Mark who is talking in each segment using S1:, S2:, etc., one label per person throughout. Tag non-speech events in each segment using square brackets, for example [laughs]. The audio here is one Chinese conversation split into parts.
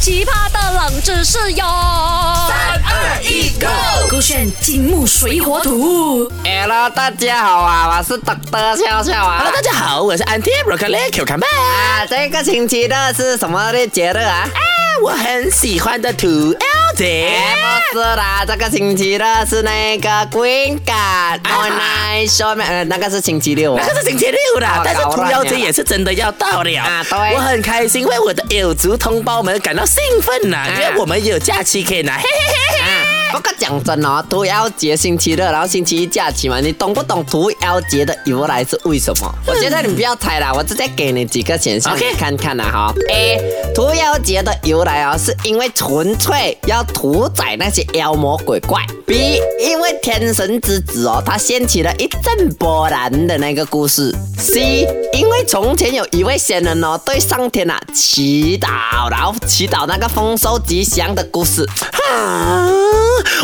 S1: 奇葩的冷知识哟！三
S2: 二一，Go！
S1: 勾选金木水火土。
S2: Hello，大家好啊，我是 Doctor 笑笑啊。
S3: Hello，大家好，我是 Auntie Broccoli Q 看吧。
S2: 啊，这个星期的是什么的节日啊？
S3: 啊，我很喜欢的土 L 姐。
S2: 哎不是啦，这个星期的是那个 Green Card
S3: 啊
S2: Online Show，呃，那个是星期六啊
S3: 那。个是星期六的
S2: 哦，
S3: 但是
S2: 搞
S3: 土
S2: 乱
S3: L
S2: 了
S3: 姐也是真的要到了
S2: 啊对
S3: 我很开心，为我的友族同胞们感到兴奋呐，因为我们也有假期可以拿，嘿嘿嘿嘿。
S2: 啊不过讲真哦，屠妖节星期六，然后星期一假期嘛，你懂不懂屠妖节的由来是为什么？我觉得你不要猜啦，我直接给你几个选项
S3: OK
S2: 你看看啦哈。A，屠妖节的由来哦，是因为纯粹要屠宰那些妖魔鬼怪。B，因为天神之子哦，它掀起了一阵波澜的那个故事。C，因为从前有一位仙人哦，对上天啊祈祷，然后祈祷那个丰收吉祥的故事。
S3: 啊！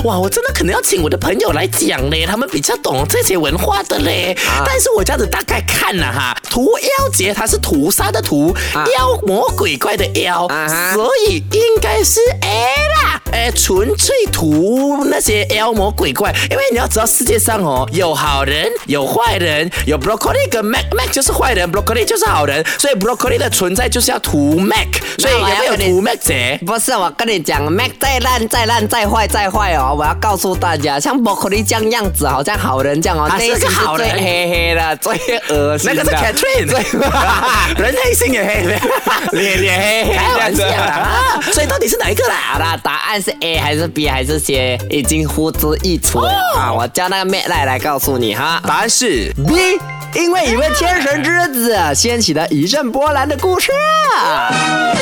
S3: 哇，我真的可能要请我的朋友来讲嘞，他们比较懂这些文化的嘞。
S2: 啊
S3: 但是我这样子大概看了哈，屠妖节它是屠杀的屠，
S2: 啊
S3: 妖魔鬼怪的妖，
S2: 啊哈
S3: 所以应该是 A 啦。哎，纯粹屠那些妖魔鬼怪，因为你要知道世界上哦，有好人，有坏人，有 broccoli 跟 mac mac 就是坏人，broccoli 就是好人，所以 broccoli 的存在就是要屠 mac，所以
S2: 那我
S3: 有
S2: 要
S3: 没有
S2: 跟你
S3: 屠 mac 节？
S2: 不是，我跟你讲，Mac 再烂再烂再坏再坏哦，我要告诉大家，像 broccoli 这样样子，好像好人这样哦，
S3: 他
S2: 内
S3: 是个
S2: 心
S3: 好人
S2: 最黑黑的，最恶心
S3: 那
S2: 的。
S3: 个是 Catherine，人黑心也黑， [laughs] 脸也黑
S2: 开
S3: 开
S2: 玩
S3: 玩
S2: 笑
S3: 笑
S2: 啦
S3: 啦。 [laughs] 所以到底是哪一个啦？
S2: 好啦，答案是 A 还是 B 还是 C，已经呼之欲出了、
S3: 哦
S2: 啊！我叫那个 Mac 来来告诉你哈。
S3: 答案是
S2: B，因为一位天神之子掀起了一阵波澜的故事啊。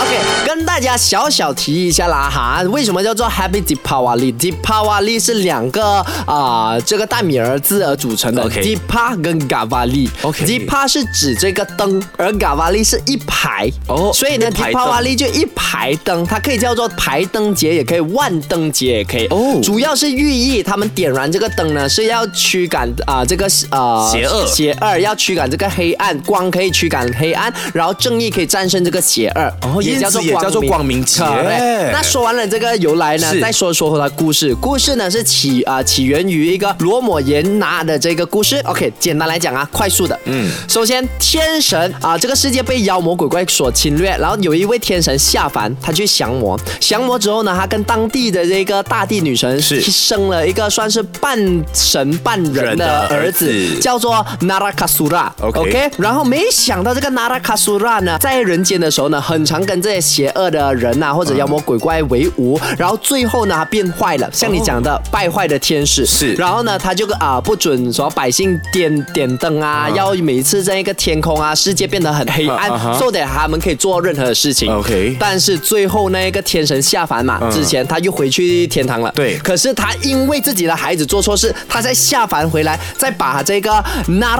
S2: OK，跟大家小小提一下啦哈，为什么叫做 Happy Diwali？Diwali 是两个啊、这个大米儿字而组成的
S3: OK
S2: Dipa 跟 Gavali。
S3: OK
S2: Dipa 是指这个灯，而 Gavali 是一排。
S3: 哦
S2: 所以呢
S3: 一排灯
S2: ，Diwali 就一排灯，它可以叫做排灯节，也可以万灯节，也可以。
S3: 哦
S2: 主要是寓意他们点燃这个灯呢，是要驱赶啊、这个呃
S3: 邪恶
S2: 邪恶要驱赶这个黑暗，光可以驱赶黑暗，然后正义可以战胜这个邪恶，
S3: 哦因此也叫做光明节
S2: Correct 那说完了这个由来呢
S3: 是，
S2: 再说说回来故事。故事呢是起啊、起源于一个罗摩衍那的这个故事。OK，简单来讲啊，快速的。嗯，首先天神啊、这个世界被妖魔鬼怪所侵略，然后有一位天神下凡，他去降魔。降魔之后呢，他跟当地的这个大地女神
S3: 是
S2: 生了一个算是半神半人
S3: 人
S2: 的
S3: 的
S2: 儿
S3: 儿
S2: 子，
S3: 子
S2: 叫做 Narakasura。
S3: OK
S2: 然后没想到这个 Narakasura 呢，在人间的时候呢，很常跟这些邪恶的人啊或者妖魔鬼怪为伍，然后最后呢，他变坏了，像你讲的、败坏的天使
S3: 是
S2: 然后呢，他就啊、不准说百姓点点灯啊，要每次在一个天空啊，世界变得很黑暗，
S3: 啊啊哈
S2: 所以他们可以做任何的事情。
S3: OK 嗯
S2: 但是最后那个天神下凡嘛，之前他又回去天堂了。
S3: 对
S2: 可是他因为自己的孩子做错事，他在下凡回来，再把这个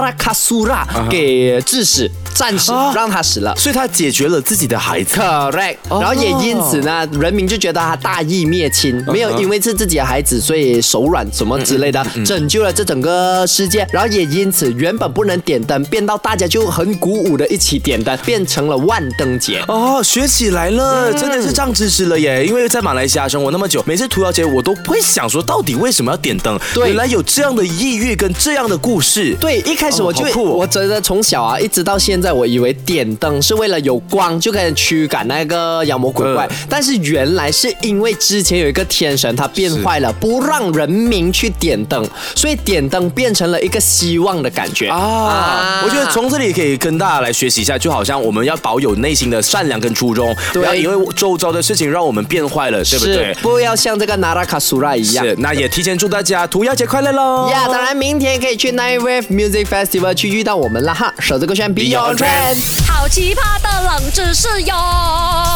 S2: Narakasura 给致死，战死，
S3: 啊
S2: 让他死了。
S3: 所以他解决了自己的孩子。
S2: Correct，、然后也因此呢，人民就觉得他大义灭亲，没有因为是自己的孩子所以手软什么之类的，拯救了这整个世界。然后也因此，原本不能点灯，变到大家就很鼓舞的一起点灯，变成了万灯节。
S3: 哦，学起来了，真的是长知识了耶！因为在马来西亚生活那么久，每次屠妖节我都不会想说到底为什么要点灯，
S2: 对
S3: 原来有这样的意蕴跟这样的故事。
S2: 对，一开始我就、
S3: 哦好酷哦
S2: 我觉得从小啊，一直到现在，我以为点灯是为了有光就可以驱赶那个妖魔鬼怪，
S3: 嗯
S2: 但是原来是因为之前有一个天神他变坏了，不让人民去点灯，所以点灯变成了一个希望的感觉
S3: 啊，我觉得从这里可以跟大家来学习一下，就好像我们要保有内心的善良跟初衷，不
S2: 对
S3: 要因为周遭的事情让我们变坏了，对不对
S2: 是？不要像这个纳拉卡苏拉一样。
S3: 是，那也提前祝大家屠妖节快乐喽！
S2: 呀当然，明天可以去 Night Wave Music Festival 去遇到我们了哈！守着歌炫 Be Your
S3: Your
S2: Friend
S3: Friend。
S1: 好奇葩的冷知识哟！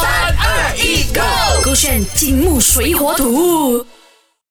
S1: 三二一，Go！勾选金木水火土。